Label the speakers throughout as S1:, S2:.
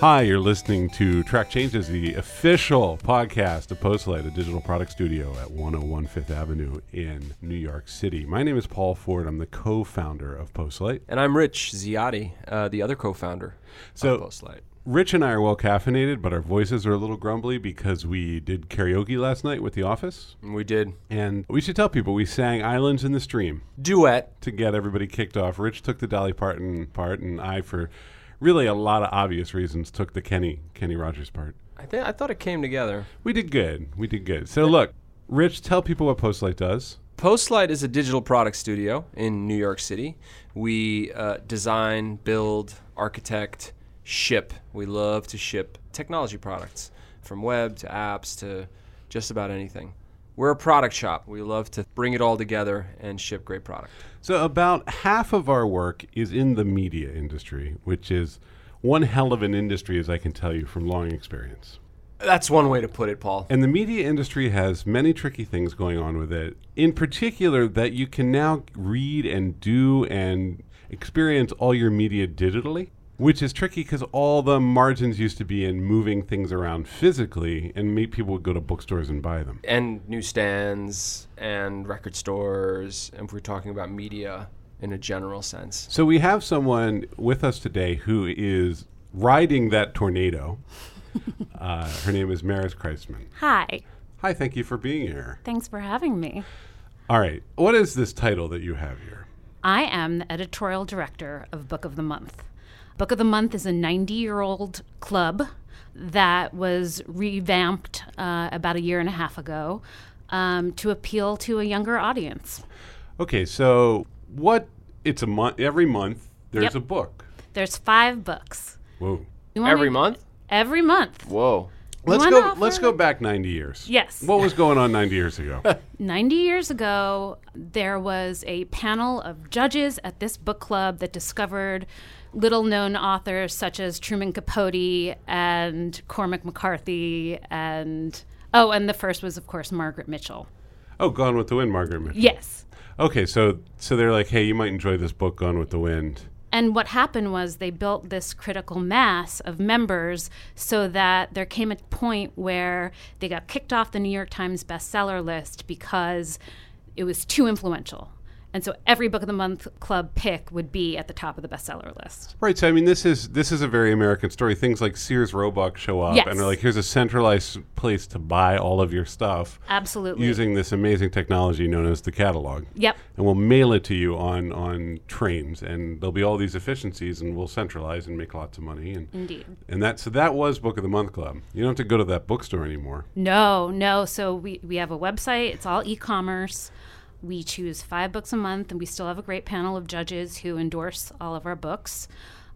S1: Hi, you're listening to Track Changes, the official podcast of Postlight, a digital product studio at 101 Fifth Avenue in New York City. My name is Paul Ford. I'm the co founder of Postlight.
S2: And I'm Rich Ziotti, uh, the other co-founder
S1: So-
S2: of Postlight.
S1: Rich and I are well caffeinated, but our voices are a little grumbly because we did karaoke last night with The Office.
S2: And we did
S1: And we should tell people we sang Islands in the Stream.
S2: duet.
S1: to get everybody kicked off. Rich took the Dolly Parton part, and I, for really a lot of obvious reasons, took the Kenny Kenny Rogers part.
S2: I, th- I thought it came together.
S1: We did good. We did good. So look, Rich, tell people what Postlight does.
S2: Postlight is a digital product studio in New York City. We uh, design, build, architect, ship. We love to ship technology products from web to apps to just about anything. We're a product shop. We love to bring it all together and ship great product.
S1: So about half of our work is in the media industry, which is one hell of an industry, as I can tell you from long experience.
S2: That's one way to put it, Paul.
S1: And the media industry has many tricky things going on with it. In particular, that you can now read and do and experience all your media digitally, which is tricky because all the margins used to be in moving things around physically, and many people would go to bookstores and buy them.
S2: and newsstands and record stores if we're talking about media in a general sense
S1: So we have someone with us today who is riding that tornado. uh, her name is Maris Kreisman.
S3: Hi.
S1: Hi, thank you for being here.
S3: Thanks for having me.
S1: All right, what is this title that you have here?
S3: I am the editorial director of Book of the Month. Book of the Month is a 90 year old club that was revamped uh, about a year and a half ago um, to appeal to a younger audience.
S1: Okay, so what? It's a month. Every month there's
S3: Yep.
S1: a book.
S3: There's five books.
S1: Whoa.
S3: You wanna-
S2: every month
S3: Every month.
S2: whoa
S1: Let's
S3: wanna
S1: go. Let's
S3: offer-
S1: go back 90 years.
S3: Yes.
S1: What was going on 90 years ago?
S3: 90 years ago, there was a panel of judges at this book club that discovered little known authors such as Truman Capote and Cormac McCarthy and oh, and the first was of course Margaret Mitchell.
S1: oh, Gone with the Wind, Margaret Mitchell.
S3: Yes.
S1: Okay, so so they're like, hey, you might enjoy this book, Gone with the Wind.
S3: And what happened was they built this critical mass of members so that there came a point where they got kicked off the New York Times bestseller list because it was too influential. And so every book of the month club pick would be at the top of the bestseller list.
S1: Right. So I mean, this is this is a very American story. Things like Sears Roebuck show up
S3: Yes.
S1: and are like, here's a centralized place to buy all of your stuff
S3: Absolutely.
S1: using this amazing technology known as the catalog.
S3: Yep.
S1: And we'll mail it to you on on trains, and there'll be all these efficiencies, and we'll centralize and make lots of money. And
S3: Indeed.
S1: And that so that was Book of the Month Club. You don't have to go to that bookstore anymore.
S3: No, no. So we, we have a website, it's all e commerce. We choose five books a month, and we still have a great panel of judges who endorse all of our books.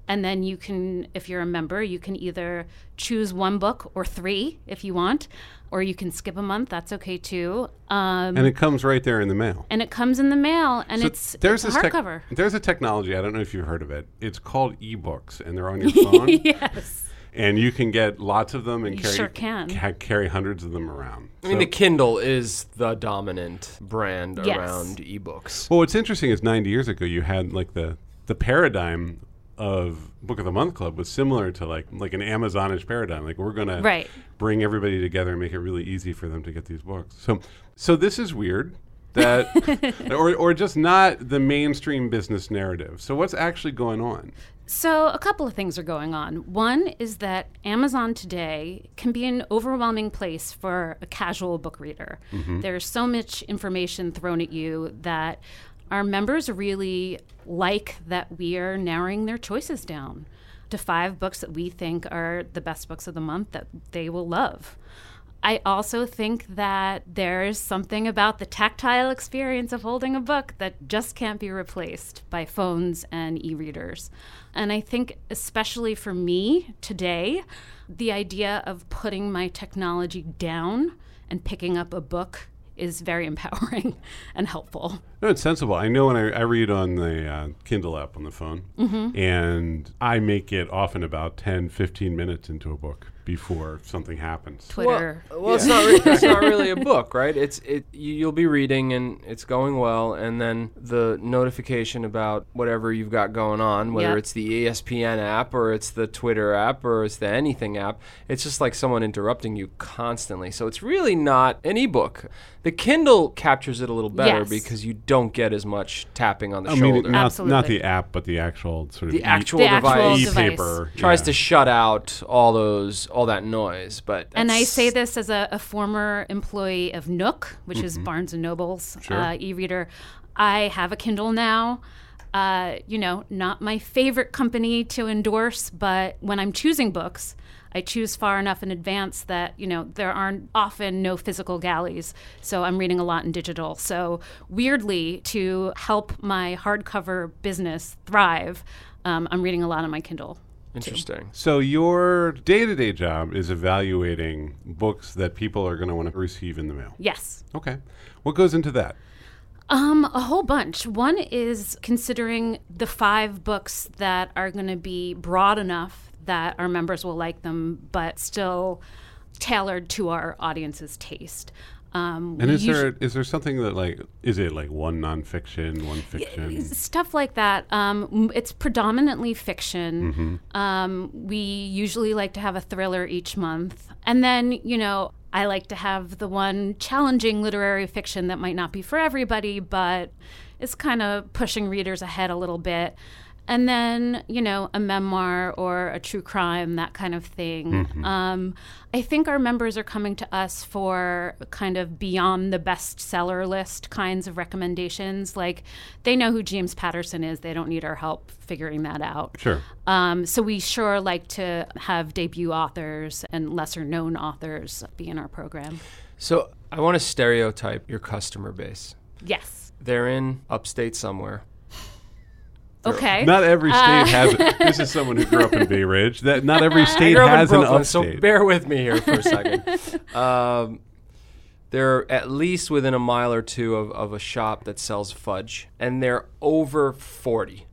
S3: And then you can, if you're a member, you can either choose one book or three if you want, or you can skip a month. That's okay too. Um,
S1: And it comes right there in the mail.
S3: and it comes in the mail, and
S1: So
S3: it's, there's it's a
S1: tech-
S3: hardcover.
S1: there's a technology, I don't know if you've heard of it. It's called ebooks and they're on your phone.
S3: yes.
S1: And you can get lots of them and
S3: You
S1: carry
S3: sure can.
S1: ca- carry hundreds of them around.
S2: i mean
S1: So-
S2: the kindle is the dominant brand
S3: Yes.
S2: around ebooks
S1: well what's interesting is ninety years ago you had like the the paradigm of Book of the Month Club was similar to like like an Amazonish paradigm. Like we're gonna
S3: Right.
S1: bring everybody together and make it really easy for them to get these books. So, so this is weird that, or, or just not the mainstream business narrative. So, what's actually going on?
S3: So, a couple of things are going on. One is that Amazon today can be an overwhelming place for a casual book reader. There's so much information thrown at you that our members really like that we are narrowing their choices down to five books that we think are the best books of the month that they will love. I also think that there's something about the tactile experience of holding a book that just can't be replaced by phones and e readers. And I think, especially for me today, the idea of putting my technology down and picking up a book is very empowering and helpful.
S1: No, it's sensible. I know when I, I read on the uh, Kindle app
S2: Mm-hmm.
S1: on the phone, and I make it often about 10, 15 minutes into a book before something happens.
S3: Twitter.
S2: Well, well it's, not re- it's not really a book, right? It's it. you- You'll be reading and it's going well, and then the notification about whatever you've got going on, whether
S3: Yep.
S2: it's the E ESPN app or it's the Twitter app or it's the anything app, it's just like someone interrupting you constantly. So it's really not an ebook. The Kindle captures it a little better
S3: Yes. Uh,
S2: because you don't get as much tapping on the
S1: I
S2: shoulder.
S1: mean, not, not
S3: Absolutely.
S1: the app, but the actual sort of
S2: The
S1: e-
S2: actual
S3: the actual
S2: device
S3: device.
S1: e-paper
S2: tries
S1: yeah.
S2: to shut out all those all that noise, but
S3: and I
S2: that's-
S3: say this as a, a former employee of Nook, which is Barnes and Noble's uh, e-reader. I have a Kindle now. Uh, you know, not my favorite company to endorse, but when I'm choosing books, I choose far enough in advance that you know there are often no physical galleys, so I'm reading a lot in digital. So weirdly, to help my hardcover business thrive, um, I'm reading a lot on my Kindle.
S2: Interesting.
S1: So your day-to-day job is evaluating books that people are going to want to receive in the mail.
S3: Yes.
S1: Okay. What goes into that?
S3: Um, a whole bunch. One is considering the five books that are going to be broad enough that our members will like them, but still tailored to our audience's taste. Um,
S1: And
S3: we
S1: is
S3: usu-
S1: there is there something that like is it like one nonfiction, one fiction?
S3: stuff like that? Um, m- it's predominantly fiction. Um, we usually like to have a thriller each month, and then you know. I like to have the one challenging literary fiction that might not be for everybody, but it's kind of pushing readers ahead a little bit. And then, you know, a memoir or a true crime, that kind of thing.
S1: Mm-hmm.
S3: Um, I think our members are coming to us for kind of beyond the bestseller list kinds of recommendations. Like they know who James Patterson is, they don't need our help figuring that out.
S1: Sure.
S3: Um, so we sure like to have debut authors and lesser known authors be in our program.
S2: So I want to stereotype your customer base.
S3: Yes.
S2: They're in upstate somewhere.
S3: Okay.
S1: Not every state has it. This is someone who grew up in Bay Ridge. That not every
S2: uh, I
S1: state
S2: grew up in
S1: has an
S2: Brooklyn,
S1: upstate.
S2: So bear with me here for a second. um, they're at least within a mile or two of, of a shop that sells fudge, and they're over forty.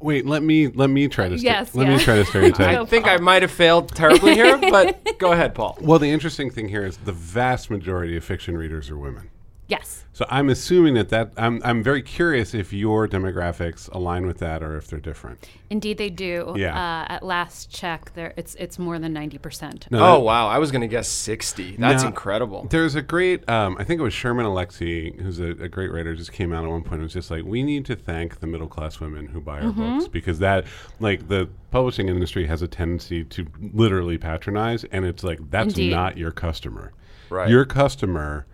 S1: Wait, let me let me try to sta-
S3: Yes,
S1: let
S3: yeah.
S1: me try to stereotype.
S2: I think I might have failed terribly here, but go ahead, Paul.
S1: Well, the interesting thing here is the vast majority of fiction readers are women.
S3: yes.
S1: So I'm assuming that that I'm I'm very curious if your demographics align with that or if they're different.
S3: Indeed, they do.
S1: Yeah.
S3: Uh, at last check, there it's it's more than ninety percent.
S1: No,
S2: Oh wow, I was gonna guess sixty. That's
S1: No.
S2: incredible.
S1: There's a great, um, I think it was Sherman Alexie, who's a, a great writer, just came out at one point. It was just like, we need to thank the middle class women who buy our
S2: Mm-hmm.
S1: books because that, like, the publishing industry has a tendency to literally patronize, and it's like, that's
S3: Indeed.
S1: not your customer.
S2: Right.
S1: Your customer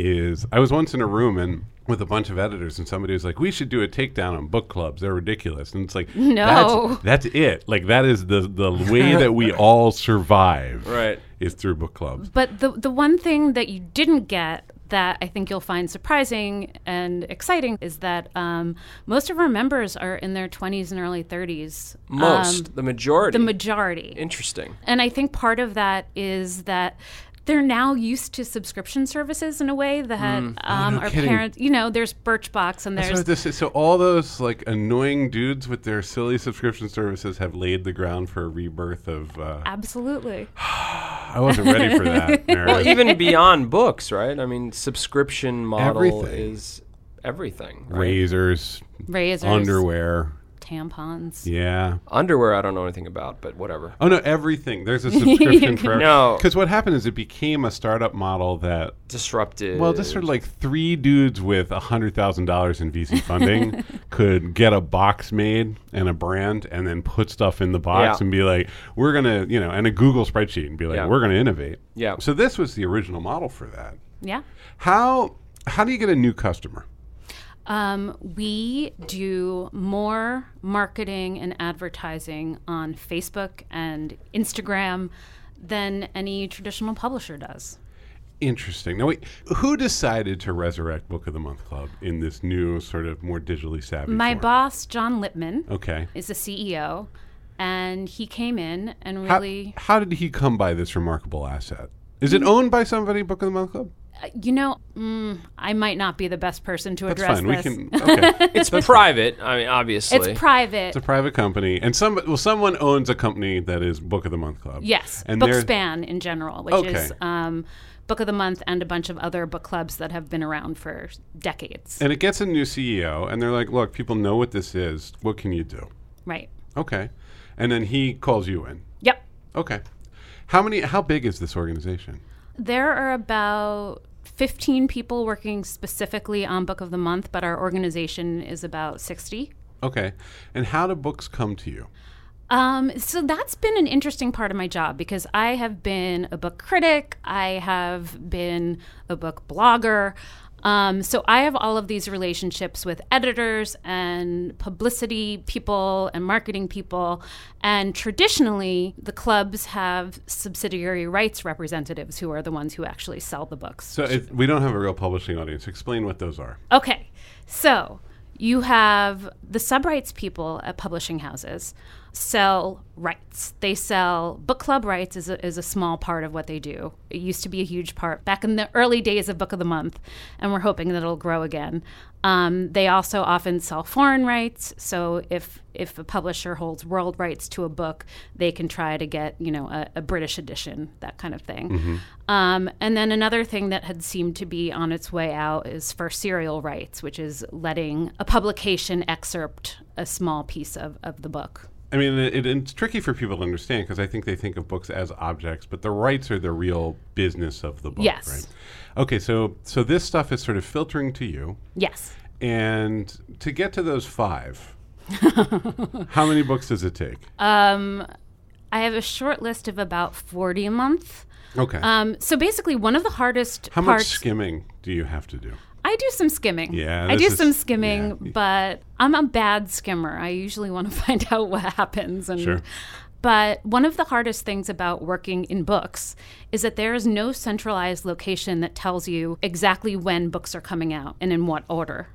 S1: is. I was once in a room and with a bunch of editors, and somebody was like, "We should do a takedown on book clubs. They're ridiculous." And it's like,
S3: No.
S1: that's, that's it. Like that is the the way that we all survive.
S2: Right.
S1: Is through book clubs.
S3: But the the one thing that you didn't get that I think you'll find surprising and exciting is that um, most of our members are in their twenties and early thirties. Um,
S2: Most, the majority.
S3: the majority.
S2: Interesting.
S3: And I think part of that is that they're now used to subscription services in a way that um,
S1: no
S3: our
S1: Hmm. kidding.
S3: parents, you know, there's Birchbox and
S1: So
S3: there's
S1: this is, so all those like annoying dudes with their silly subscription services have laid the ground for a rebirth of. Uh,
S3: Ah. absolutely
S1: I wasn't ready for that.
S2: Well,
S1: Meredith.
S2: even beyond books, right? I mean, subscription model
S1: Everything.
S2: is everything. Right?
S1: Razors,
S3: razors,
S1: underwear,
S3: tampons.
S1: yeah.
S2: Underwear, I don't know anything about, but whatever.
S1: Oh no, everything. There's a subscription for
S2: No.
S1: Because what happened is it became a startup model that
S2: Disruptive.
S1: well, just sort of like three dudes with hundred thousand dollars in VC funding could get a box made and a brand, and then put stuff in the box
S2: Yeah.
S1: and be like, "We're gonna," you know, and a Google spreadsheet and be like,
S2: Yeah.
S1: "We're gonna innovate."
S2: Yeah.
S1: So this was the original model for that.
S3: Yeah.
S1: How how do you get a new customer?
S3: Um, we do more marketing and advertising on Facebook and Instagram than any traditional publisher does.
S1: Interesting. Now, wait, who decided to resurrect Book of the Month Club in this new sort of more digitally savvy?
S3: My
S1: form?
S3: boss, John Lipman,
S1: Okay.
S3: is the CEO, and he came in and
S1: How,
S3: really.
S1: how did he come by this remarkable asset? Is it owned by somebody? Book of the Month Club.
S3: Uh, You know, mm, I might not be the best person to
S1: That's
S3: address
S1: fine.
S3: this.
S1: We can. Okay.
S2: It's private. I mean, obviously.
S3: it's private.
S1: It's a private company, and some well, someone owns a company that is Book of the Month Club.
S3: Yes,
S1: and they're-
S3: Bookspan in general, which
S1: Okay.
S3: is um, Book of the Month and a bunch of other book clubs that have been around for decades.
S1: and it gets a new CEO, and they're like, "Look, people know what this is. What can you do?"
S3: right.
S1: Okay, and then he calls you in.
S3: Yep.
S1: Okay, how many? How big is this organization?
S3: There are about 15 people working specifically on Book of the Month, but our organization is about 60.
S1: Okay, and how do books come to you?
S3: Um, so that's been an interesting part of my job because I have been a book critic, I have been a book blogger. Um, so I have all of these relationships with editors and publicity people and marketing people. And traditionally, the clubs have subsidiary rights representatives who are the ones who actually sell the books.
S1: So if we don't have a real publishing audience. Explain what those are.
S3: Okay, so you have the subrights people at publishing houses sell rights. They sell book club rights is a, is a small part of what they do. It used to be a huge part back in the early days of Book of the Month, and we're hoping that it'll grow again. Um, they also often sell foreign rights. So if if a publisher holds world rights to a book, they can try to get you know a, a British edition, that kind of thing.
S1: Mm-hmm.
S3: Um, and then another thing that had seemed to be on its way out is for serial rights, which is letting a publication excerpt a small piece of, of the book.
S1: I mean, it, it's tricky for people to understand because I think they think of books as objects, but the rights are the real business of the book,
S3: Yes.
S1: right? Okay, so so this stuff is sort of filtering to you,
S3: Yes.
S1: and to get to those five, how many books does it take?
S3: Uh, I have a short list of about 40 a month.
S1: okay,
S3: Um, so basically, one of the hardest
S1: how much
S3: parts.
S1: skimming do you have to do?
S3: I do some skimming.
S1: Yeah,
S3: I do
S1: this is-
S3: some skimming,
S1: yeah.
S3: but I'm a bad skimmer. I usually want to find out what happens. And,
S1: Sure.
S3: But one of the hardest things about working in books is that there is no centralized location that tells you exactly when books are coming out and in what order.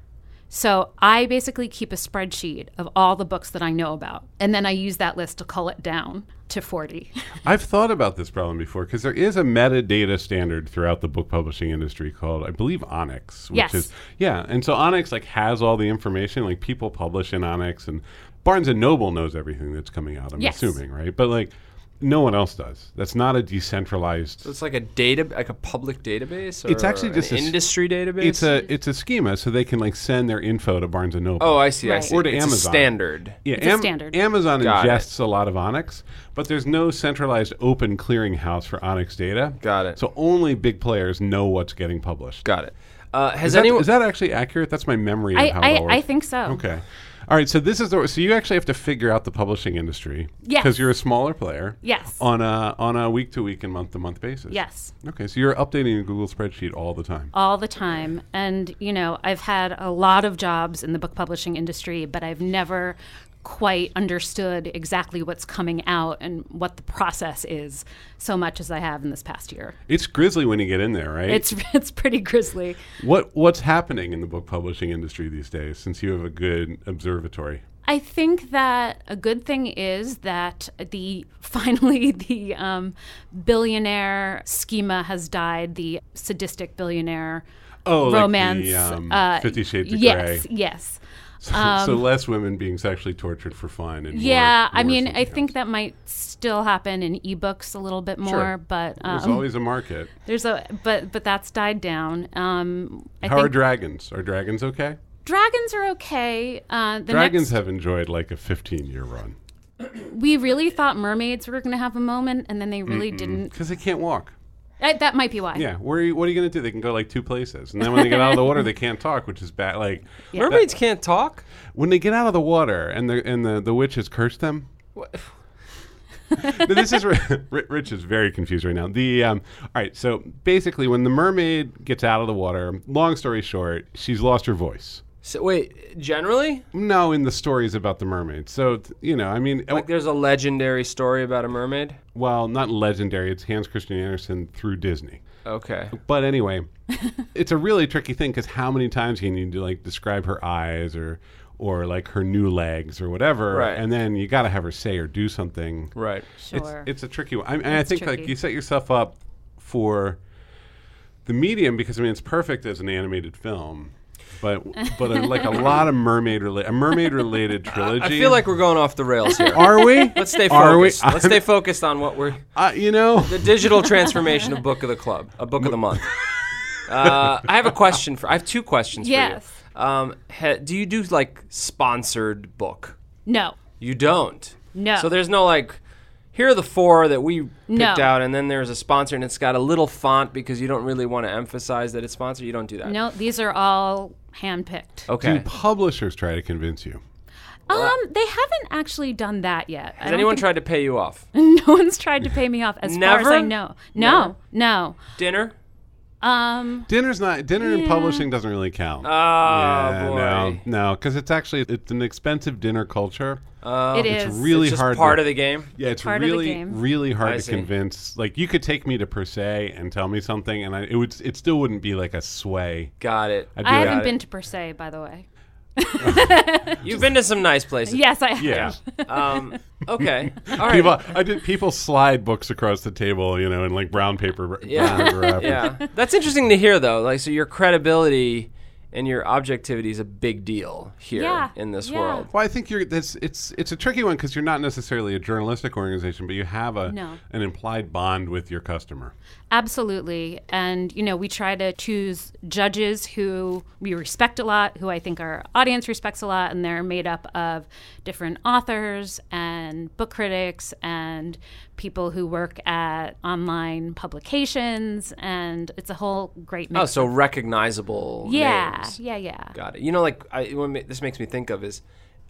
S3: So I basically keep a spreadsheet of all the books that I know about, and then I use that list to cull it down to 40.
S1: I've thought about this problem before because there is a metadata standard throughout the book publishing industry called, I believe, Onyx. Which
S3: Yes.
S1: is yeah, and so Onyx like has all the information. Like people publish in Onyx, and Barnes and Noble knows everything that's coming out. I'm
S3: Yes.
S1: assuming, right? But like, no one else does. That's not a decentralized.
S2: So it's like a data, like a public database. Or
S1: It's actually just
S2: an
S1: a s-
S2: industry database.
S1: It's a it's a schema, so they can like send their info to Barnes and Noble.
S2: oh, I see, I
S3: Right.
S2: see.
S1: Or to
S2: It's a
S1: Amazon.
S2: standard.
S1: Yeah,
S3: It's a standard.
S1: Amazon
S2: Got it.
S1: ingests a lot of Onyx, but there's no centralized open clearinghouse for Onyx data.
S2: Got it.
S1: So only big players know what's getting published.
S2: Got it. Uh, has
S1: Is that,
S2: anyone?
S1: is that actually accurate? That's my memory of
S3: I,
S1: how it all
S3: I, I
S1: works.
S3: think so.
S1: Okay. All right. So this is the, so you actually have to figure out the publishing industry.
S3: Yes.
S1: Because you're a smaller player.
S3: Yes.
S1: On a on a week to week and month to month basis.
S3: Yes.
S1: Okay. So you're updating your Google spreadsheet all the time.
S3: all the time. And, you know, I've had a lot of jobs in the book publishing industry, but I've never quite understood exactly what's coming out and what the process is so much as I have in this past year.
S1: It's grisly when you get in there, right?
S3: It's it's pretty grisly.
S1: what what's happening in the book publishing industry these days since you have a good observatory.
S3: I think that a good thing is that the finally the um, billionaire schema has died. The sadistic billionaire
S1: Oh, like the,
S3: romance. uh,
S1: um, Fifty Shades of
S3: yes,
S1: Grey.
S3: yes.
S1: So, less women being sexually tortured for fun and more-
S3: Yeah, I
S1: more
S3: mean,
S1: something
S3: I
S1: else.
S3: think that might still happen in ebooks a little bit more, but
S1: there's
S3: um,
S1: always a market.
S3: there's a but but that's died down. Um, I
S1: How are
S3: think
S1: dragons? Are dragons okay?
S3: dragons are okay. Uh, the
S1: Dragons
S3: next,
S1: have enjoyed like a 15 year run
S3: we really thought mermaids were going to have a moment, and then they really didn't.
S1: because they can't walk.
S3: Uh, that might be why.
S1: Yeah, where are you, what are you going to do? They can go like two places, and then when they get out of the water, they can't talk, which is bad. Like
S2: Mermaids can't talk.
S1: when they get out of the water, and the and the, the witches curse them.
S2: What?
S1: No, this is Ri- Rich is very confused right now. The um, all right, so basically, when the mermaid gets out of the water, long story short, she's lost her voice.
S2: So, wait, generally,
S1: No, in the stories about the mermaid. So t- you know, I mean,
S2: like there's a legendary story about a mermaid.
S1: well, not legendary. It's Hans Christian Andersen through Disney.
S2: Okay.
S1: But anyway, it's a really tricky thing because how many times can you like describe her eyes or or like her new legs or whatever,
S2: Right.
S1: and then you got to have her say or do something.
S2: Right.
S3: sure.
S1: It's, it's a tricky one. I, and I
S3: It's
S1: think like
S3: tricky.
S1: you set yourself up for the medium because I mean it's perfect as an animated film, but but uh, like a lot of mermaid related a mermaid related trilogy.
S2: I feel like we're going off the rails here.
S1: are we?
S2: Let's stay
S1: Are we?
S2: focused. Let's stay focused on what we're
S1: Uh, you know,
S2: the digital transformation of book of the club, a book of the month. Uh, I have a question for. I have two questions
S3: Yes.
S2: for you. Um, he, do you do like sponsored book?
S3: No.
S2: You don't.
S3: No.
S2: So there's no like. Here are the four that we picked
S3: No.
S2: out, and then there's a sponsor, and it's got a little font because you don't really want to emphasize that it's sponsored. You don't do that.
S3: No, these are all handpicked.
S1: do
S2: Okay.
S1: publishers try to convince you?
S3: Um, they haven't actually done that yet.
S2: Has anyone tried to pay you off?
S3: no one's tried to pay me off, as far as I
S2: Never?
S3: know. No, no.
S2: Dinner?
S3: Um,
S1: Dinner's not dinner and publishing doesn't really count.
S2: Oh,
S1: Yeah,
S2: boy.
S1: no, no, because it's actually it's an expensive dinner culture.
S3: it
S1: Oh, it's
S3: is.
S1: really
S2: It's just
S1: hard.
S2: part
S1: to,
S2: of the game.
S1: yeah, it's
S3: part of the
S1: really
S3: game.
S1: really hard
S2: I
S1: to
S2: see.
S1: convince. Like you could take me to per se and tell me something, and I, it would it still wouldn't be like a sway.
S2: Got it.
S1: I'd be
S3: I
S1: like,
S2: got
S3: haven't
S2: it.
S3: been to Per se, by the way.
S2: You've been to some nice places.
S3: Yes, I have.
S1: yeah.
S2: Um, okay. All right.
S1: People, I did. People slide books across the table, you know, in like brown paper. brown
S2: Yeah.
S1: paper wrappers.
S2: yeah. That's interesting to hear, though. Like, so your credibility and your objectivity is a big deal here
S3: Yeah,
S2: in this
S3: yeah.
S2: world.
S1: Well, I think you're. That's it's it's a tricky one because you're not necessarily a journalistic organization, but you have a
S3: No.
S1: an implied bond with your customer.
S3: Absolutely. And, you know, we try to choose judges who we respect a lot, who I think our audience respects a lot, and they're made up of different authors and book critics and people who work at online publications. And it's a whole great mix.
S2: Oh, so recognizable.
S3: yeah,
S2: names.
S3: yeah, yeah.
S2: Got it. You know, like I, what ma- this makes me think of is,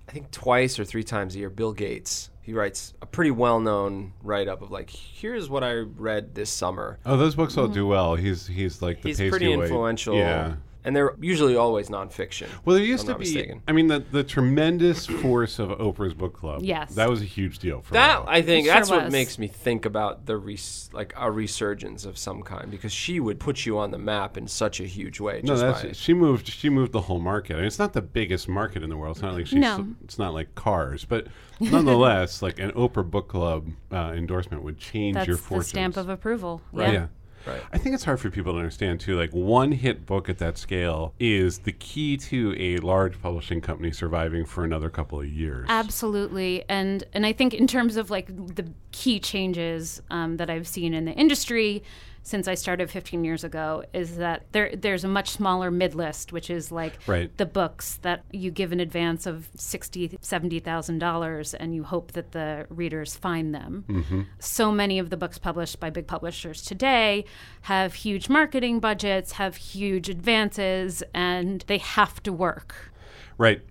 S2: I think twice or three times a year, Bill Gates he writes a pretty well-known write-up of like, here's what I read this summer.
S1: Oh, those books
S3: Mm-hmm.
S1: all do well. He's he's like the
S2: He's
S1: pasty
S2: pretty
S1: white-
S2: influential.
S1: Yeah.
S2: And they're usually always nonfiction.
S1: Well, there used
S2: I'm
S1: to
S2: not
S1: be.
S2: mistaken.
S1: I mean, the the tremendous force of Oprah's book club.
S3: Yes.
S1: that was a huge deal for a
S2: That
S1: while.
S2: I think
S3: It sure
S2: that's what
S3: was.
S2: makes me think about the res- like a resurgence of some kind because she would put you on the map in such a huge way.
S1: No,
S2: just
S1: that's
S2: by,
S1: she moved. She moved the whole market. I mean, it's not the biggest market in the world. It's not like she's.
S3: No.
S1: It's not like cars, but nonetheless, like an Oprah book club uh, endorsement would change
S3: That's
S1: your
S3: the
S1: fortunes.
S3: stamp of approval.
S1: yeah.
S3: Yeah.
S2: Right.
S1: I think it's hard for people to understand too. Like one hit book at that scale is the key to a large publishing company surviving for another couple of years.
S3: Absolutely, and and I think in terms of like the key changes um, that I've seen in the industry since I started 15 years ago is that there there's a much smaller mid list, which is like
S1: Right.
S3: the books that you give an advance of sixty seventy thousand dollars, and you hope that the readers find them. So many of the books published by big publishers today have huge marketing budgets, have huge advances, and they have to work.
S1: Right.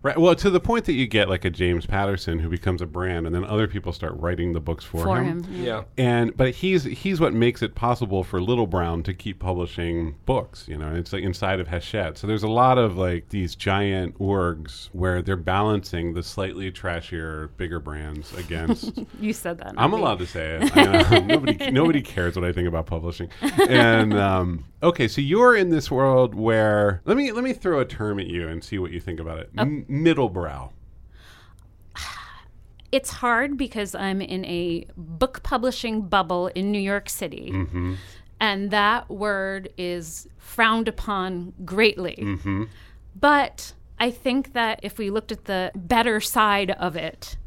S1: Right. Well, to the point that you get like a James Patterson who becomes a brand, and then other people start writing the books for,
S3: For him,
S2: yeah.
S1: And but he's he's what makes it possible for Little Brown to keep publishing books. You know, and it's like inside of Hachette. So there's a lot of like these giant orgs where they're balancing the slightly trashier, bigger brands against
S3: you said that.
S1: I'm
S3: not me.
S1: allowed to say it. I know. nobody, nobody cares what I think about publishing. And um, okay, so you're in this world where let me let me throw a term at you and see what you think about it. M- middle brow.
S3: it's hard because I'm in a book publishing bubble in New York City. And that word is frowned upon greatly. But I think that if we looked at the better side of it,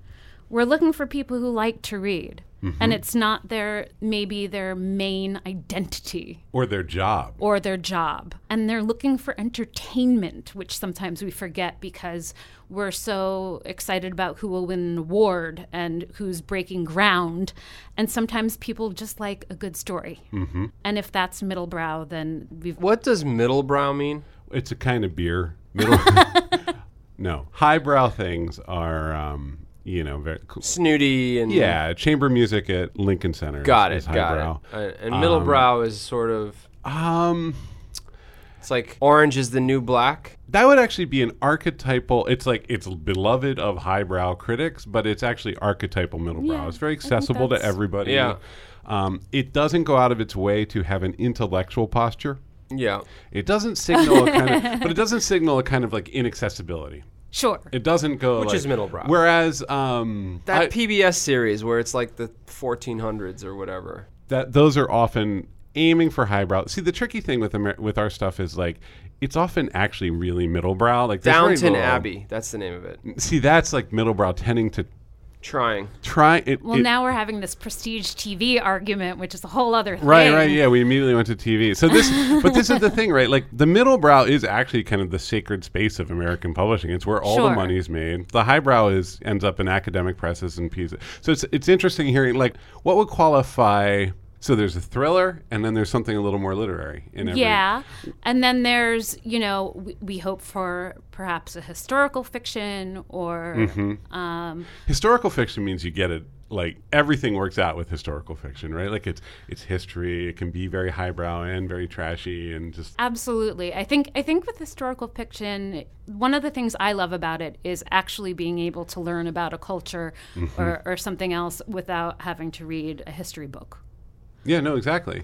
S3: we're looking for people who like to read. And it's not their, maybe their main identity
S1: or their job.
S3: or their job. And they're looking for entertainment, which sometimes we forget because we're so excited about who will win an award and who's breaking ground. And sometimes people just like a good story. Mm-hmm. And if that's middle brow, then we've.
S2: What does middle brow mean?
S1: It's a kind of beer. Middle. no, highbrow things are um, you know very cool.
S2: Snooty and
S1: Yeah, chamber music at Lincoln Center.
S2: Got
S1: is
S2: it.
S1: highbrow.
S2: Got it. Uh, And middle brow is sort of
S1: Um,
S2: it's like orange is the new black.
S1: That would actually be an archetypal. It's like it's beloved of highbrow critics, but it's actually archetypal middle brow.
S3: Yeah,
S1: It's very
S3: I think
S1: accessible to
S3: that's-
S1: everybody.
S2: Yeah.
S1: Um, it doesn't go out of its way to have an intellectual posture.
S2: Yeah.
S1: It doesn't signal a kind of, but it doesn't signal a kind of like inaccessibility.
S3: Sure.
S1: It doesn't go
S2: Which is
S1: like-
S2: middle brow.
S1: Whereas um,
S2: That
S1: I-
S2: PBS series where it's like the 1400s or whatever.
S1: that those are often aiming for highbrow. See, the tricky thing with Amer- with our stuff is like it's often actually really middlebrow. Like there's very
S2: Downton
S1: little-
S2: Abbey. That's the name of it.
S1: See, that's like middlebrow tending to
S2: Trying.
S1: try it.
S3: Well,
S1: it-
S3: now we're having this prestige TV argument, which is a whole other thing.
S1: Right, right, yeah. We immediately went to TV. So this, but this is the thing, right? Like the middle brow is actually kind of the sacred space of American publishing. It's where all the
S3: Sure.
S1: money is made. The highbrow is ends up in academic presses and pieces. So it's it's interesting hearing like what would qualify. So there's a thriller, and then there's something a little more literary in every.
S3: Yeah. And then there's, you know, we, we hope for perhaps a historical fiction or
S1: Mm-hmm.
S3: um,
S1: Historical fiction means you get it. Like everything works out with historical fiction, right? Like it's it's history. It can be very highbrow and very trashy, and just
S3: Absolutely. I think I think with historical fiction, one of the things I love about it is actually being able to learn about a culture or, or something else without having to read a history book.
S1: yeah, no, exactly.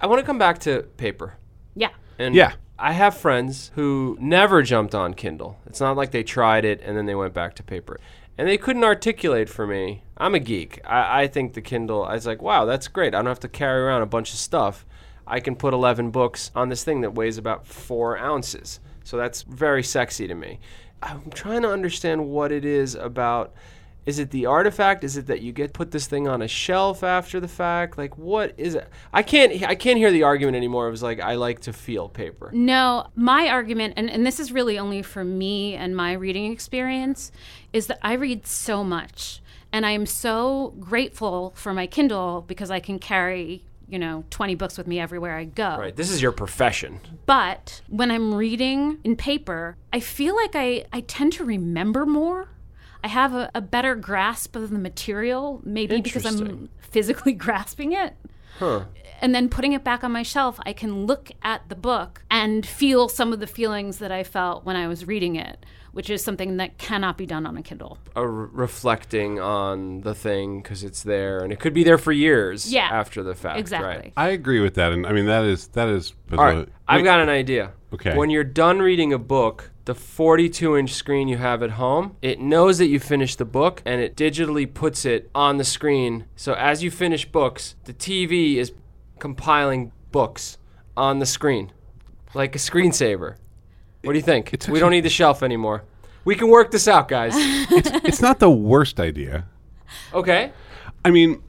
S2: I want to come back to paper.
S3: Yeah.
S2: And
S1: Yeah.
S2: I have friends who never jumped on Kindle. It's not like they tried it and then they went back to paper. And they couldn't articulate for me. I'm a geek. I, I think the Kindle, I was like, wow, that's great. I don't have to carry around a bunch of stuff. I can put 11 books on this thing that weighs about four ounces. So that's very sexy to me. I'm trying to understand what it is about. Is it the artifact? Is it that you get put this thing on a shelf after the fact? Like what is it? I can't I can't hear the argument anymore. It was like I like to feel paper.
S3: No, my argument, and, and this is really only for me and my reading experience, is that I read so much. And I am so grateful for my Kindle because I can carry, you know, 20 books with me everywhere I go.
S2: Right. This is your profession.
S3: But when I'm reading in paper, I feel like I, I tend to remember more. I have a, a better grasp of the material, maybe because I'm
S2: Interesting.
S3: physically grasping it.
S2: Huh.
S3: And then putting it back on my shelf, I can look at the book and feel some of the feelings that I felt when I was reading it, which is something that cannot be done on a Kindle.
S2: A r- uh, reflecting on the thing cuz it's there and it could be there for years
S3: Yeah.
S2: after the fact. right?
S3: Exactly.
S1: I agree with that, and I mean that is that is.
S2: All right. I've got an idea.
S1: Okay.
S2: When you're done reading a book, the 42 inch screen you have at home, it knows that you finished the book and it digitally puts it on the screen. So as you finish books, the TV is compiling books on the screen like a screensaver. What do you think? we don't need the shelf anymore. We can work this out, guys.
S1: it's not the worst idea.
S2: Okay.
S1: I mean,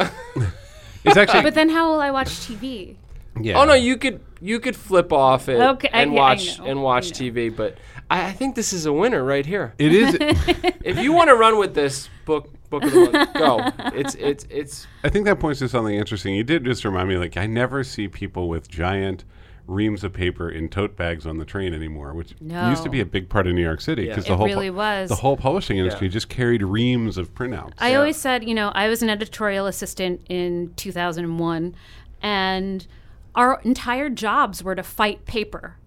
S1: it's actually.
S3: But then how will I watch TV?
S1: yeah.
S2: Oh no, you could you could flip off it
S3: Okay, I-
S2: and
S3: yeah, I
S2: watch
S3: know,
S2: and
S3: I
S2: watch
S3: know.
S2: TV, but I, I think this is a winner right here.
S1: It is.
S2: if you want to run with this book book of the month, go. It's it's it's
S1: I think that points to something interesting. You did just remind me. Like I never see people with giant reams of paper in tote bags on the train anymore, which
S3: No.
S1: used to be a big part of New York City because the
S2: Yeah.
S3: It
S1: whole
S3: really was.
S1: the whole publishing industry just carried reams of printouts.
S3: I always said, you know, I was an editorial assistant in 2001, and our entire jobs were to fight paper.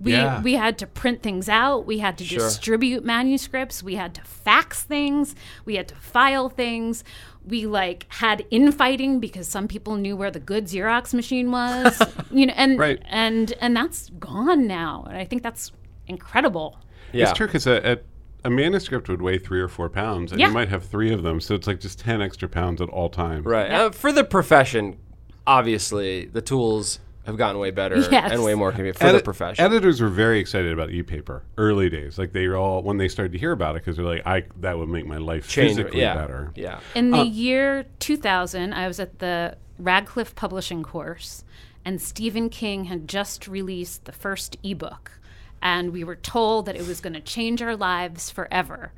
S3: We,
S1: Yeah.
S3: we had to print things out. We had to
S2: Sure.
S3: distribute manuscripts. We had to fax things. We had to file things. We like had infighting because some people knew where the good Xerox machine was, you know, and
S1: Right.
S3: and and that's gone now. And I think that's incredible.
S2: yeah.
S1: It's true because a, a, a manuscript would weigh three or four pounds, and
S3: Yeah.
S1: you might have three of them, so it's like just ten extra pounds at all times.
S2: Right. Uh, for the profession, obviously the tools have gotten way better
S3: Yes.
S2: and way more convenient for the
S1: Edit-
S2: profession.
S1: Editors were very excited about e-paper early days. Like they were all when they started to hear about it because they're like, I that would make my life
S2: Change-
S1: physically
S2: yeah,
S1: better.
S2: Yeah.
S3: In the year 2000, I was at the Radcliffe Publishing course, and Stephen King had just released the first ebook. And we were told that it was going to change our lives forever.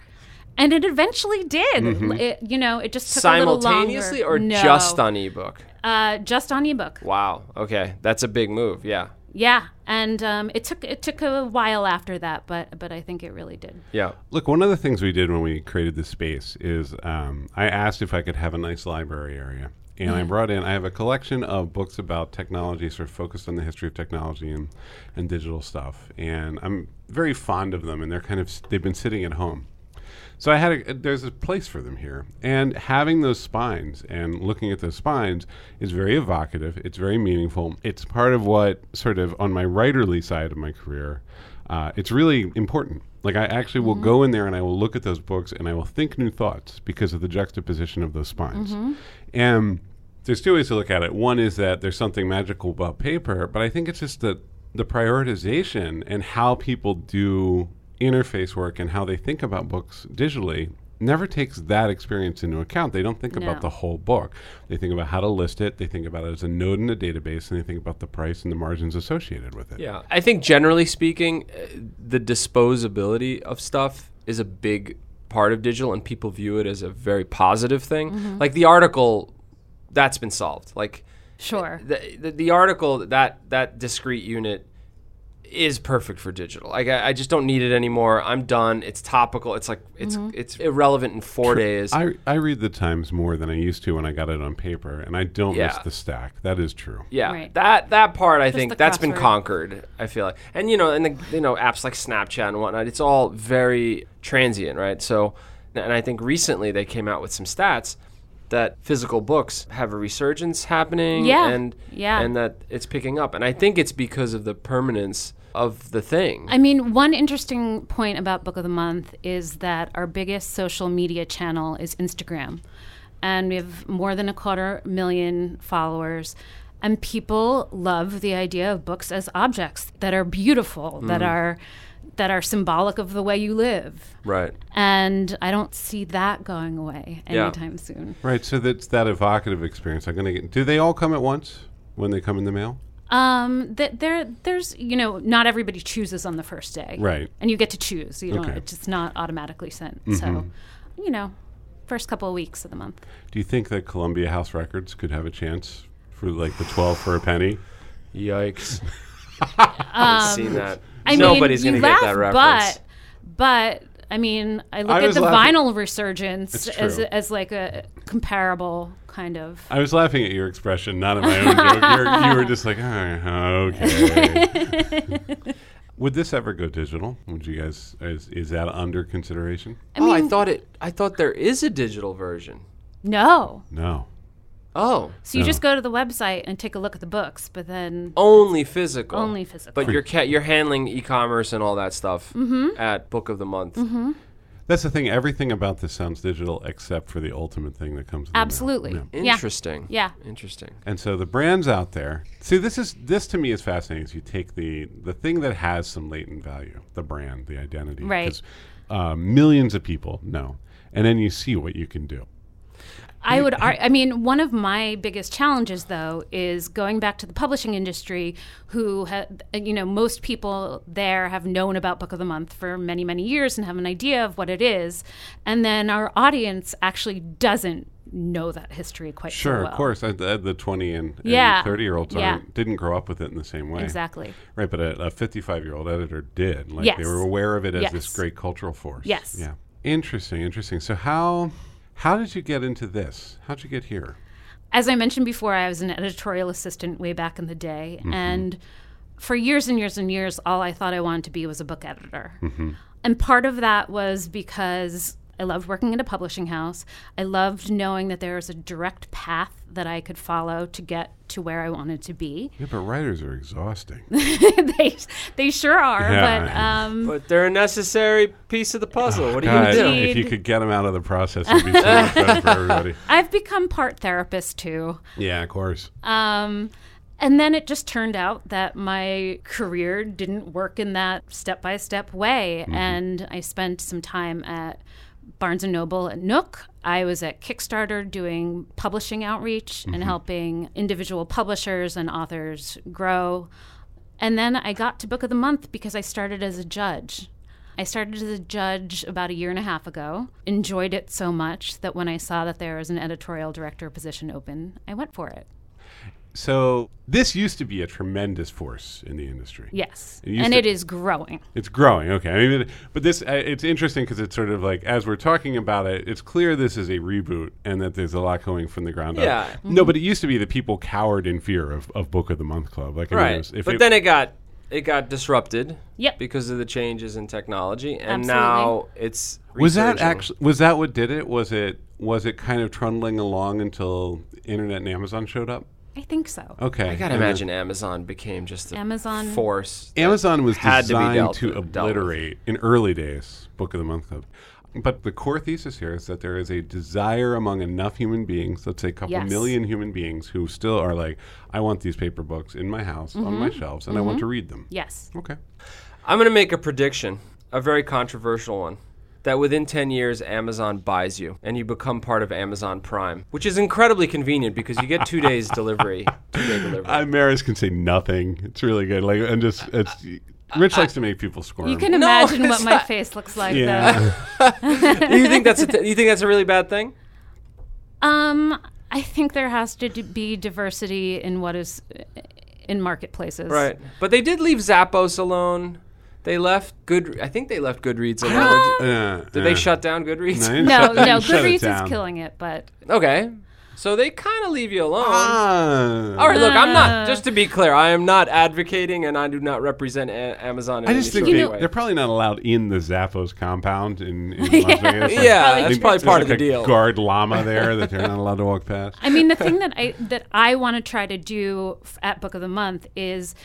S3: And it eventually did. It- you know, it just took
S2: Mm-hmm. Simultaneously
S3: a little
S2: or
S3: longer. No.
S2: just on ebook?
S3: uh, just on ebook.
S2: Wow. Okay. That's a big move. Yeah.
S3: Yeah, and um, it took it took a while after that, but but I think it really did.
S2: Yeah.
S1: Look, one of the things we did when we created this space is um, I asked if I could have a nice library area. And
S2: Mm-hmm.
S1: I brought in, I have a collection of books about technology, sort of focused on the history of technology and, and digital stuff. And I'm very fond of them, and they're kind of, s- they've been sitting at home. So I had a, there's a place for them here, and having those spines and looking at those spines is very evocative. It's very meaningful. It's part of what sort of on my writerly side of my career, uh, it's really important. Like I actually will go in there and I will look at those books and I will think new thoughts because of the juxtaposition of those spines, and there's two ways to look at it. One is that there's something magical about paper, but I think it's just that the prioritization and how people do interface work and how they think about books digitally never takes that experience into account. They don't think
S3: No.
S1: about the whole book. They think about how to list it, they think about it as a node in a database, and they think about the price and the margins associated with it.
S2: Yeah, I think generally speaking, uh, the disposability of stuff is a big part of digital, and people view it as a very positive thing. Like the article, that's been solved. Like
S3: Sure.
S2: the, the, the article that that discrete unit is perfect for digital. Like I, I just don't need it anymore. I'm done. It's topical. It's like it's it's irrelevant in four days.
S1: I, I read the Times more than I used to when I got it on paper, and I don't miss
S2: Yeah.
S1: the stack. That is true.
S2: Yeah,
S3: Right.
S2: that that part I
S3: the
S2: think that's been
S3: crossword.
S2: conquered. I feel like, and you know, and the you know apps like Snapchat and whatnot, it's all very transient, right? So, and I think recently they came out with some stats that physical books have a resurgence happening,
S3: Yeah,
S2: and
S3: yeah.
S2: and that it's picking up, and I think it's because of the permanence of the thing.
S3: I mean, one interesting point about Book of the Month is that our biggest social media channel is Instagram. And we have more than a quarter million followers. And people love the idea of books as objects that are beautiful, that are that are symbolic of the way you live.
S2: right.
S3: And I don't see that going away
S2: Yeah.
S3: anytime soon.
S1: Right, so that's that evocative experience. I'm gonna get. Do they all come at once when they come in the mail?
S3: Um, that there, there's, you know, not everybody chooses on the first day,
S1: Right.
S3: And you get to choose. You know,
S1: Okay. Mm-hmm.
S3: it's just not automatically sent. So, you know, first couple of weeks of the month.
S1: Do you think that Columbia House Records could have a chance for like the twelve for a penny?
S2: Yikes. I haven't seen that.
S3: Um, I
S2: Nobody's
S3: mean, you
S2: gonna
S3: laugh,
S2: get that reference.
S3: but but I mean, I look
S1: I
S3: at
S1: was
S3: the
S1: laughing-
S3: vinyl resurgence
S1: It's
S3: as
S1: true.
S3: as like a comparable kind of.
S1: I was laughing at your expression, not at my own joke. You're, you were just like, "Ah, okay. Would this ever go digital? Would you guys? Is, is that under consideration?
S2: oh, I thought it. I thought there is a digital version.
S3: No,
S1: No.
S2: Oh.
S3: so you
S1: No.
S3: just go to the website and take a look at the books, but then
S2: only physical.
S3: Only physical.
S2: But you're ca- you're handling e-commerce and all that stuff
S3: Mm-hmm.
S2: at Book of the Month.
S1: That's the thing. Everything about this sounds digital, except for the ultimate thing that comes. in the mail.
S3: absolutely,
S1: Yeah.
S3: yeah,
S2: Interesting.
S3: Yeah.
S2: Interesting.
S1: And so the brands out there. See, this is this to me is fascinating. Is you take the the thing that has some latent value, the brand, the identity,
S3: Right.
S1: 'cause, Uh, millions of people know, and then you see what you can do.
S3: I would. Ar- I mean, one of my biggest challenges, though, is going back to the publishing industry, who ha- you know most people there have known about Book of the Month for many, many years and have an idea of what it is, and then our audience actually doesn't know that history quite so
S1: Sure,
S3: well.
S1: of course. I, I, the twenty and
S3: Yeah.
S1: thirty year olds
S3: Yeah.
S1: aren't didn't grow up with it in the same way.
S3: Exactly.
S1: Right, but a fifty five year old editor did. Like they
S3: Yes.
S1: were aware of it as this
S3: Yes.
S1: great cultural force.
S3: Yes.
S1: Yeah. Interesting. Interesting. So how how did you get into this? How'd you get here?
S3: as I mentioned before, I was an editorial assistant way back in the day, and for years and years and years, all I thought I wanted to be was a book editor. And part of that was because I loved working at a publishing house. I loved knowing that there was a direct path that I could follow to get to where I wanted to be.
S1: Yeah, but writers are exhausting.
S3: they, they sure are,
S1: Yeah.
S3: but um,
S2: But they're a necessary piece of the puzzle. What are you
S1: God,
S2: gonna do?
S1: Uh, if you could get them out of the process, it'd be so much better for everybody.
S3: I've become part therapist too.
S1: Yeah, of course.
S3: Um, and then it just turned out that my career didn't work in that step by step way. And I spent some time at Barnes and Noble at Nook. I was at Kickstarter doing publishing outreach and helping individual publishers and authors grow. And then I got to Book of the Month because I started as a judge. I started as a judge about a year and a half ago, enjoyed it so much that when I saw that there was an editorial director position open, I went for it.
S1: So this used to be a tremendous force in the industry.
S3: Yes,
S1: It used
S3: and
S1: to-
S3: it is growing.
S1: It's growing. Okay. I mean, but this uh, it's interesting because it's sort of like as we're talking about it, it's clear this is a reboot and that there's a lot going from the ground
S2: Yeah.
S1: up. No, but it used to be that people cowered in fear of, of Book of the Month Club. Like, I mean, it
S2: Right.
S1: was- if
S2: but
S1: it-
S2: then it got it got disrupted.
S3: Yep.
S2: Because of the changes in technology, and
S3: Absolutely.
S2: now it's
S1: was that
S2: resurging.
S1: actually was that what did it? Was it was it kind of trundling along until internet and Amazon showed up?
S3: I think so.
S1: Okay.
S2: I gotta imagine Amazon became just a
S3: Amazon-
S2: force.
S1: Amazon was
S2: had to be
S1: designed
S2: dealt
S1: to,
S2: with- dealt with.
S1: obliterate in early days Book of the Month Club. But the core thesis here is that there is a desire among enough human beings, let's say a couple
S3: Yes.
S1: million human beings, who still are like, I want these paper books in my house, on my
S3: Mm-hmm.
S1: shelves, and I want to read them.
S3: Yes.
S1: Okay.
S2: I'm going to make a prediction, a very controversial one, that within 10 years, Amazon buys you and you become part of Amazon Prime, which is incredibly convenient because you get two days delivery, two day delivery.
S1: I, Maris can say nothing. It's really good. Like, and just, it's, Rich likes to make people squirm.
S3: Uh, You can imagine
S2: it's
S3: what my
S2: not-
S3: face looks like though.
S1: yeah.
S2: you think that's a th- you think that's a really bad thing?
S3: Um, I think there has to d- be diversity in what is uh, in marketplaces.
S2: Right. But they did leave Zappos alone. They left Good. I think they left Goodreads alone. Or
S1: Uh,
S2: Did
S1: uh.
S2: they shut down Goodreads?
S1: No, you
S3: No,
S1: shut- you
S3: no,
S1: shut it
S3: Goodreads
S1: down.
S3: is killing it, but
S2: Okay. So they kind of leave you alone.
S1: Ah.
S2: All right, look, I'm
S3: Uh.
S2: not. Just to be clear, I am not advocating, and I do not represent a- Amazon. In
S1: I just think
S2: any sort
S1: they,
S2: of way.
S1: they're probably not allowed in the Zappos compound in, in Las Vegas. Like,
S2: Yeah,
S1: I
S2: that's
S1: think
S2: probably
S1: there's
S2: part of
S1: like
S2: the
S1: a
S2: deal.
S1: Guard llama there that they're not allowed to walk past.
S3: I mean, the thing that I that I want to try to do f- at Book of the Month is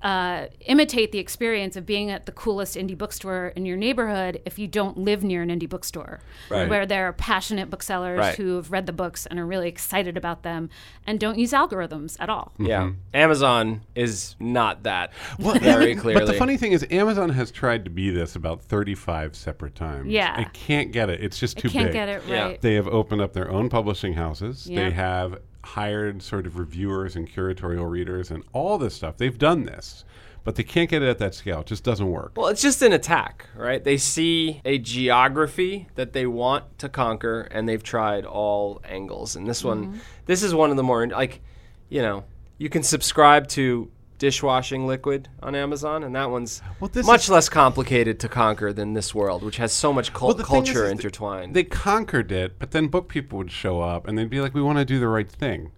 S3: uh, imitate the experience of being at the coolest indie bookstore in your neighborhood if you don't live near an indie bookstore,
S1: Right.
S3: where there are passionate booksellers
S2: Right.
S3: who have read the books and are really excited about them and don't use algorithms at all.
S1: Mm.
S2: Yeah, Amazon is not that
S1: Mm-hmm. Well,
S2: very
S1: but-
S2: clearly.
S1: But the funny thing is, Amazon has tried to be this about 35 separate times.
S3: Yeah.
S1: I can't get it. It's just too
S3: Can't
S1: big.
S3: get it
S2: Yeah.
S3: right.
S1: They have opened up their own publishing houses.
S3: Yeah.
S1: They have hired sort of reviewers and curatorial readers and all this stuff. They've done this, but they can't get it at that scale. It just doesn't work.
S2: well, it's just an attack, right? They see a geography that they want to conquer, and they've tried all angles. And this
S1: Mm-hmm.
S2: one, this is one of the more like, you know, you can subscribe to dishwashing liquid on Amazon, and that one's
S1: Well, this
S2: much
S1: is-
S2: less complicated to conquer than this world, which has so much cult-
S1: the thing is-
S2: culture
S1: is th-
S2: intertwined.
S1: They conquered it, but then book people would show up and they'd be like, "We want to do the right thing,"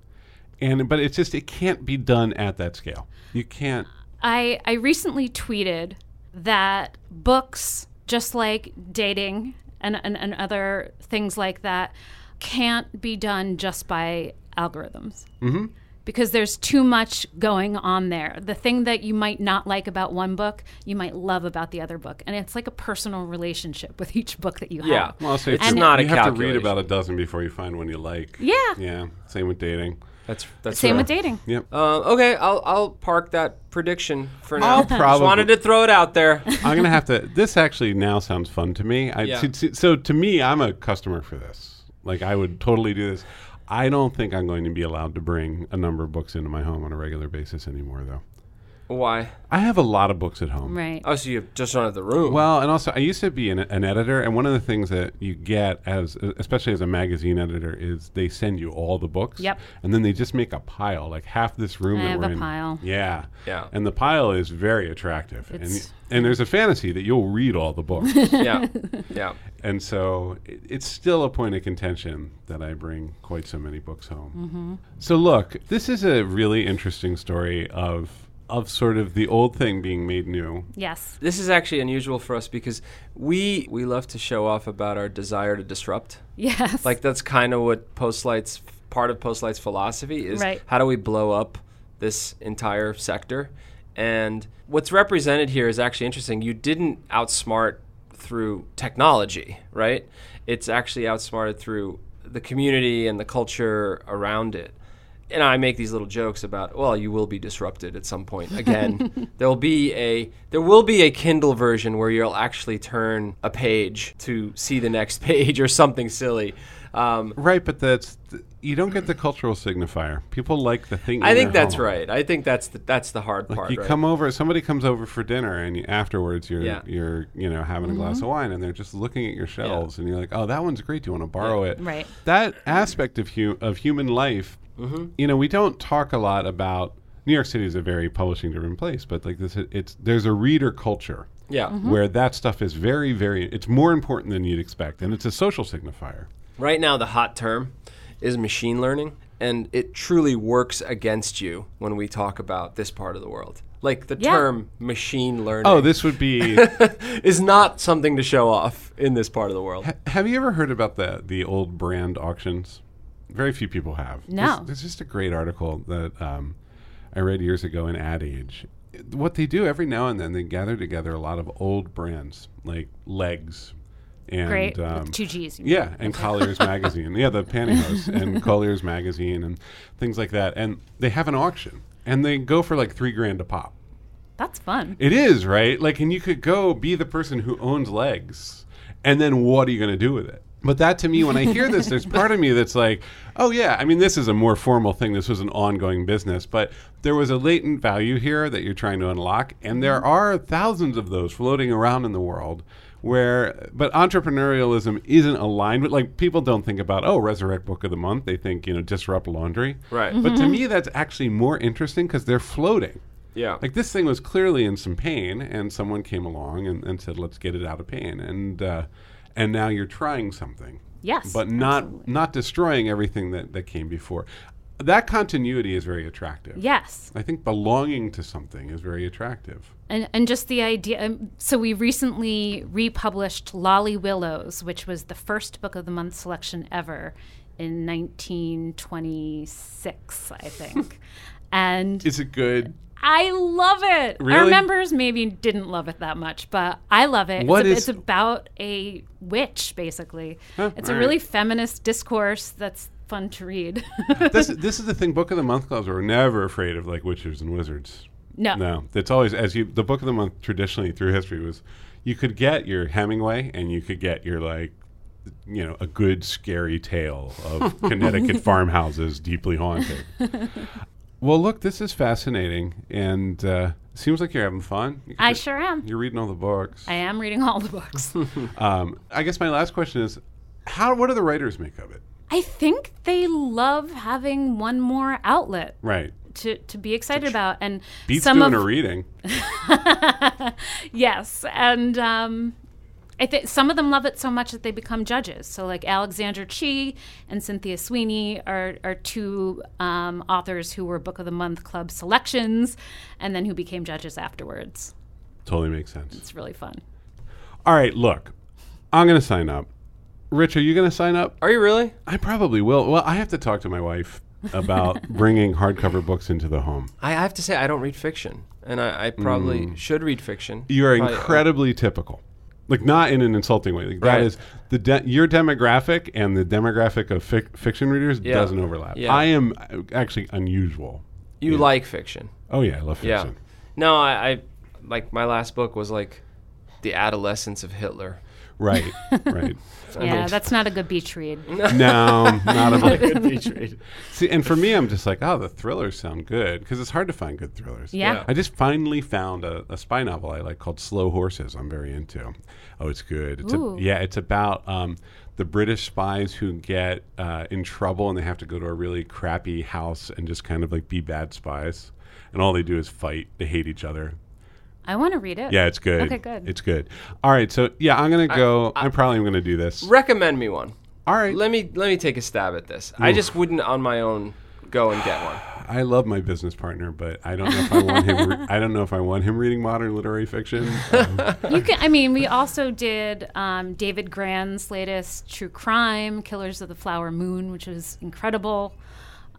S1: and but it's just it can't be done at that scale. You can't.
S3: I, I recently tweeted that books, just like dating and, and, and other things like that, can't be done just by algorithms. Mm-hmm. Because there's too much going on there. The thing that you might not like about one book, you might love about the other book. And it's like a personal relationship with each book that you have.
S2: Yeah.
S1: Well, I'll say
S2: It's
S1: you-
S2: not a
S1: You have to read
S2: calculation.
S1: about a dozen before you find one you like.
S3: Yeah.
S1: Yeah. Same with dating.
S2: that's that's
S3: Same
S2: fair.
S3: with dating.
S1: Yep.
S2: Uh, okay, I'll I'll park that prediction for now.
S1: I'll
S2: Just
S1: probably-
S2: wanted to throw it out there.
S1: I'm gonna have to. This actually now sounds fun to me. I,
S2: Yeah.
S1: so, so- so to me, I'm a customer for this. Like I would totally do this. I don't think I'm going to be allowed to bring a number of books into my home on a regular basis anymore, though.
S2: Why?
S1: I have a lot of books at home.
S3: Right.
S2: Oh, so you just don't have the room.
S1: Well, and also I used to be an, an editor, and one of the things that you get as, especially as a magazine editor, is they send you all the books.
S3: Yep.
S1: And then they just make a pile, like half this room
S3: I
S1: that
S3: have
S1: we're
S3: a
S1: in.
S3: pile.
S1: Yeah.
S2: Yeah.
S1: And the pile is very attractive,
S3: It's-
S1: and and there's a fantasy that you'll read all the books,
S2: yeah, yeah.
S1: and so it, it's still a point of contention that I bring quite so many books home.
S3: Mm-hmm.
S1: So look, this is a really interesting story of of sort of the old thing being made new.
S3: Yes.
S2: This is actually unusual for us because we we love to show off about our desire to disrupt.
S3: Yes.
S2: Like that's kind of what Postlight's part of Postlight's philosophy is.
S3: Right.
S2: How do we blow up this entire sector? And what's represented here is actually interesting. You didn't outsmart through technology, right? It's actually outsmarted through the community and the culture around it. And I make these little jokes about, well, you will be disrupted at some point. Again, there'll be a there will be a Kindle version where you'll actually turn a page to see the next page or something silly. Um,
S1: Right, but that's th- you don't get the cultural signifier. People like the thing.
S2: I
S1: in
S2: think
S1: their
S2: that's
S1: home.
S2: right. I think that's the, that's the hard part.
S1: You
S2: right?
S1: come over, somebody comes over for dinner, and you, afterwards you're
S2: Yeah.
S1: you're you know having a glass of wine, and they're just looking at your shelves, and you're like, oh, that one's great. Do you want to borrow it?
S3: Right.
S1: That aspect of hu- of human life,
S2: Mm-hmm.
S1: you know, we don't talk a lot about. New York City is a very publishing driven place, but like this, it's there's a reader culture.
S2: yeah,
S1: Where that stuff is very, very, it's more important than you'd expect. And it's a social signifier.
S2: Right now, the hot term is machine learning, and it truly works against you when we talk about this part of the world. Like the
S3: Yeah.
S2: term machine learning
S1: Oh, this would be
S2: is not something to show off in this part of the world.
S1: Have you ever heard about the the old brand auctions? Very few people have.
S3: No.
S1: There's, there's just a great article that um, I read years ago in Ad Age. What they do every now and then, they gather together a lot of old brands like Legs and
S3: Great. With
S1: um,
S3: two G's. you mean.
S1: yeah, and Collier's magazine. Yeah, the pantyhose and Collier's magazine and things like that. And they have an auction, and they go for like three grand a pop.
S3: That's fun.
S1: It is right, like, and you could go be the person who owns legs, and then what are you going to do with it? But that to me, when I hear this, there's part of me that's like, oh yeah, I mean, this is a more formal thing. This was an ongoing business, but there was a latent value here that you're trying to unlock, and there are thousands of those floating around in the world. Where, but entrepreneurialism isn't aligned with like people don't think about oh resurrect book of the month. They think you know disrupt laundry,
S2: Right.
S1: But to me, that's actually more interesting because they're floating.
S2: Yeah.
S1: Like this thing was clearly in some pain, and someone came along and, and said, "Let's get it out of pain." And uh, and now you're trying something.
S3: Yes,
S1: But not not destroying everything that that came before. That continuity is very attractive.
S3: Yes.
S1: I think belonging to something is very attractive.
S3: And, and just the idea. um, So, we recently republished Lolly Willows, which was the first book of the month selection ever in 1926, I think. and
S1: Is it good?
S3: I love it. Our
S1: Really?
S3: members maybe didn't love it that much, but I love it.
S1: What
S3: it's, a-
S1: is-
S3: it's about a witch, basically. it's a
S1: all
S3: really
S1: right.
S3: feminist discourse that's fun to read.
S1: this this is the thing. Book of the month clubs are never afraid of like witches and wizards.
S3: no.
S1: No, it's always as you. The book of the month traditionally through history was, you could get your Hemingway and you could get your like, you know, a good scary tale of Connecticut farmhouses deeply haunted. well, look, this is fascinating, and uh, seems like you're having fun. You
S3: I
S1: could-
S3: sure am.
S1: You're reading all the books.
S3: I am reading all the books.
S1: Um, I guess my last question is, how? What do the writers make of it?
S3: I think they love having one more outlet
S1: Right.
S3: to, to be excited about. And
S1: Beats
S3: some
S1: doing
S3: of
S1: a reading.
S3: Yes, and um, I think some of them love it so much that they become judges. So like Alexander Chi and Cynthia Sweeney are are two um, authors who were Book of the Month Club selections, and then who became judges afterwards.
S1: Totally makes sense.
S3: It's really fun.
S1: All right, look, I'm going to sign up. Rich, are you going to sign up?
S2: Are you really?
S1: I probably will. Well, I have to talk to my wife about bringing hardcover books into the home.
S2: I I have to say I don't read fiction, and I, I probably should read fiction.
S1: Mm. You are
S2: Probably- uh,
S1: incredibly typical. Like not in an insulting way. Like
S2: Right.
S1: That is the de- your demographic and the demographic of fic- fiction readers
S2: Yeah.
S1: doesn't overlap.
S2: Yeah.
S1: I am uh, actually unusual.
S2: You like fiction.
S1: Oh yeah, I love
S2: Yeah.
S1: fiction.
S2: No, I, I like my last book was like the adolescence of Hitler.
S1: Right, right.
S3: Yeah, that's not a good beach read.
S1: No, not a book.
S2: Good beach read.
S1: See, and for me, I'm just like, oh, the thrillers sound good because it's hard to find good thrillers.
S3: Yeah. Yeah.
S1: I just finally found a, a spy novel I like called Slow Horses. I'm very into. Oh, it's good. It's a,
S3: Ooh.
S1: yeah, it's about um, the British spies who get uh, in trouble and they have to go to a really crappy house and just kind of like be bad spies. And all they do is fight. They hate each other.
S3: I want to read it.
S1: Yeah, it's good.
S3: Okay, good.
S1: It's good. All right, so yeah, I'm gonna go. I, am probably am gonna do this.
S2: Recommend me one.
S1: all right,
S2: Let me let me take a stab at this. I just wouldn't on my own go and get one.
S1: I love my business partner, but I don't know if I want him. Re- I don't know if I want him reading modern literary fiction.
S2: Oh,
S3: You can. I mean, we also did um, David Grand's latest true crime, "Killers of the Flower Moon," which was incredible.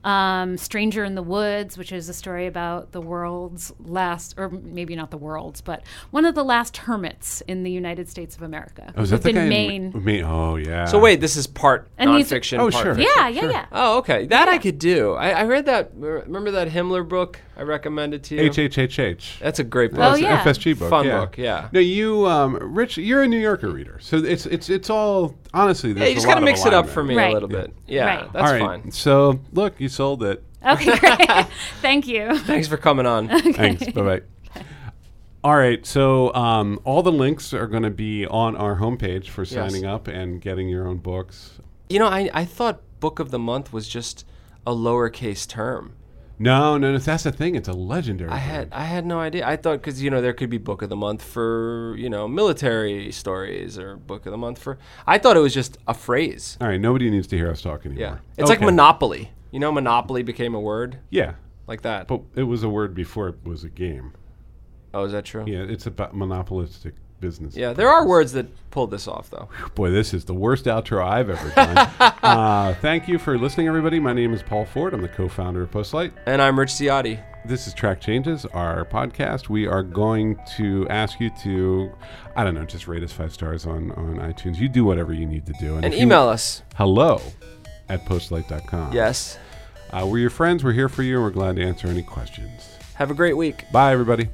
S3: Um, "Stranger in the Woods," which is a story about the world's last, or maybe not the world's, but one of the last hermits in the United States of America.
S1: Oh, is that the
S3: in
S1: guy in
S3: Maine.
S1: Maine? Oh, yeah.
S2: So wait, this is part
S3: And he's-
S2: nonfiction.
S1: Oh,
S2: part
S1: sure.
S2: fiction.
S3: yeah, yeah, yeah.
S2: Oh, okay. That I could do. I, I read that. Remember that Himmler book I recommended to you?
S1: H H H H.
S2: That's a great book.
S3: Oh, yeah.
S1: FSG book.
S2: Fun
S1: yeah.
S2: book, yeah.
S1: No, you, um, Rich, you're a New Yorker reader, so it's it's it's all honestly.
S2: Yeah,
S1: There's
S2: you just
S1: got
S2: gotta
S1: to
S2: mix it up for me
S3: Right.
S2: a little bit. Yeah,
S3: Right.
S2: that's
S1: all right.
S2: fine.
S1: So look, you sold it.
S3: Okay, great. Thank you.
S2: Thanks for coming on.
S1: Thanks. Bye bye. All right, so um, all the links are going to be on our homepage for signing up and getting your own books.
S2: You know, I, I thought book of the month was just a lowercase term.
S1: No, no, no, that's the thing. It's a legendary.
S2: I had I had no idea. I thought because you know there could be book of the month for you know military stories or book of the month for. I thought it was just a phrase.
S1: All right, nobody needs to hear us talk anymore.
S2: Yeah, it's like
S1: Okay.
S2: monopoly. You know, monopoly became a word
S1: Yeah,
S2: like that.
S1: but it was a word before it was a game.
S2: oh, is that true?
S1: Yeah, it's about monopolistic business.
S2: Yeah, there are words that pulled this off though.
S1: Boy, this is the worst outro I've ever done. uh, thank you for listening, everybody. My name is Paul Ford. I'm the co founder of Postlight.
S2: And I'm Rich Ciotti.
S1: This is Track Changes, our podcast. We are going to ask you to, I don't know, just rate us five stars on, on iTunes. You do whatever you need to do.
S2: And
S1: if you-
S2: email us.
S1: hello at postlight.com.
S2: Yes.
S1: Uh, we're your friends. We're here for you. And we're glad to answer any questions.
S2: Have a great week.
S1: Bye, everybody.